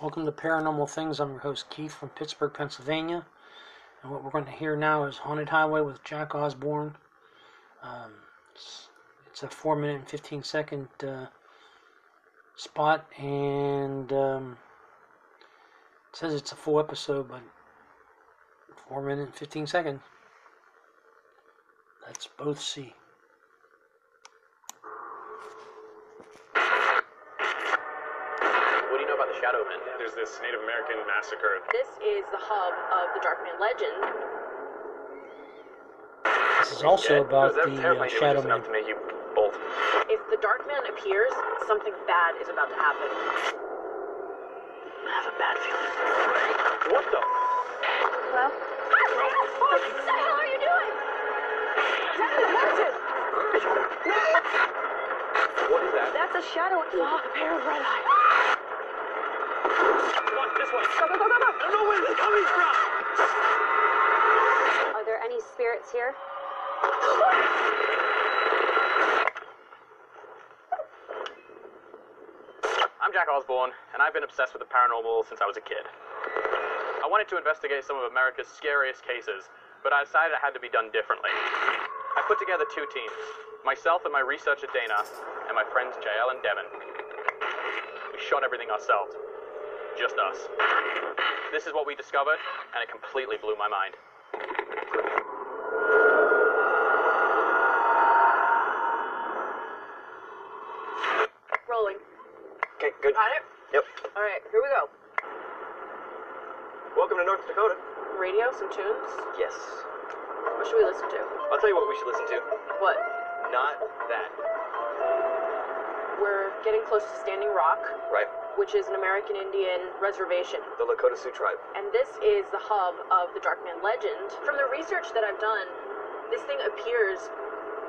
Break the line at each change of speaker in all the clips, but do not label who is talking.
Welcome to Paranormal Things. I'm your host Keith from Pittsburgh, Pennsylvania. And what we're going to hear now is Haunted Highway with Jack Osborne. Um, it's, it's a 4 minute and 15 second uh, spot, and um, it says it's a full episode, but 4 minute and 15 seconds. Let's both see.
What do you know about the Shadow Men?
There's this Native American massacre.
This is the hub of the Darkman legend.
This is also about the uh, Shadow Man.
enough to make you bolt.
If the Darkman appears, something bad is about to happen. I have a bad feeling.
What the?
Hello? What the hell are you doing?
What is that?
That's a shadow. It's all a pair of red eyes.
Come on, this way. Go, go, go, go, go. I don't know where this is coming from.
Are there any spirits here?
I'm Jack Osborne, and I've been obsessed with the paranormal since I was a kid. I wanted to investigate some of America's scariest cases, but I decided it had to be done differently. I put together two teams myself and my researcher Dana, and my friends JL and Devin. We shot everything ourselves. Just us. This is what we discovered, and it completely blew my mind.
Rolling.
Okay, good.
Got it?
Yep.
All right, here we go.
Welcome to North Dakota.
Radio, some tunes.
Yes.
What should we listen to?
I'll tell you what we should listen to.
What?
Not that.
We're getting close to Standing Rock,
Right.
which is an American Indian reservation.
The Lakota Sioux tribe.
and this is the hub of the Darkman legend. From the research that I've done, this thing appears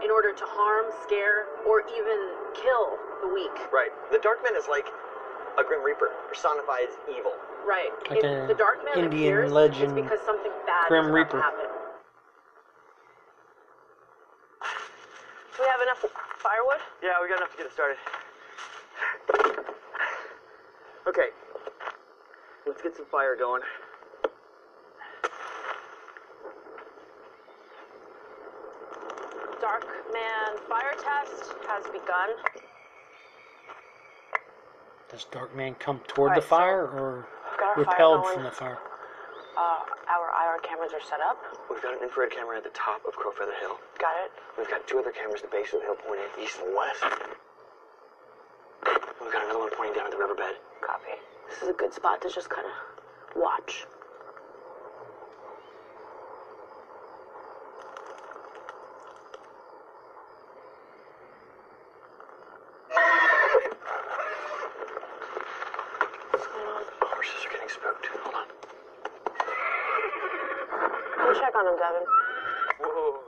in order to harm, scare, or even kill the weak.
Right. The Darkman is like a Grim Reaper, personifies evil.
Right.
Like
if the
a
Darkman
Indian
appears,
legend,
it's because something bad
Grim
is about
Reaper.
to happen. Do we have enough firewood?
Yeah, we got enough to get it started. Okay. Let's get some fire going.
Darkman fire test has begun.
Does Dark Man come toward
Alright,
the
so
fire or
We've got our
repelled
fire
from the
going.
fire?
Uh, our IR cameras are set up.
We've got an infrared camera at the top of Crowfeather Hill.
Got it.
We've got two other cameras at the base of the hill pointing east and west. We've got another one pointing down at the riverbed.
Copy. This is a good spot to just kind of watch.
Horses are getting spooked. Hold on.
Go check on him, Devin.
Whoa.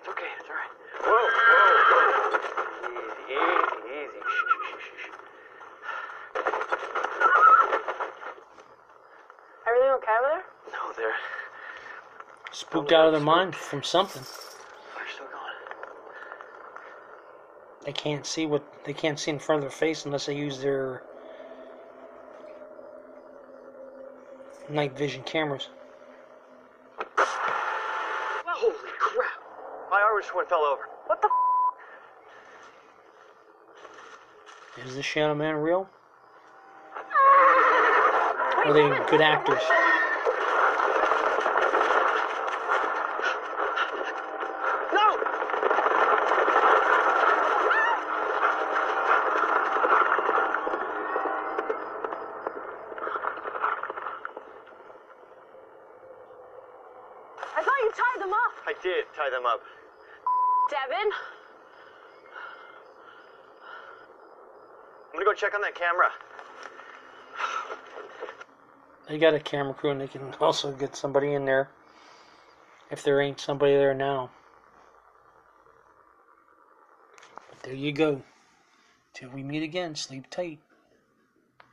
It's okay. It's all right. Whoa, whoa, whoa. Easy, easy, easy. Shh, shh, shh, shh, shh.
Everything okay over there?
No, they're
Spooked out of their mind from something.
they're still going.
They can't see what they can't see in front of their face unless they use their night vision cameras.
Holy crap! My arm just went fell over.
What the f-
Is this Shadow Man real? Are they good actors?
No!
I thought you tied them up.
I did tie them up.
Devin?
I'm gonna go check on that camera.
They got a camera crew and they can also get somebody in there if there ain't somebody there now. But there you go. Till we meet again, sleep tight.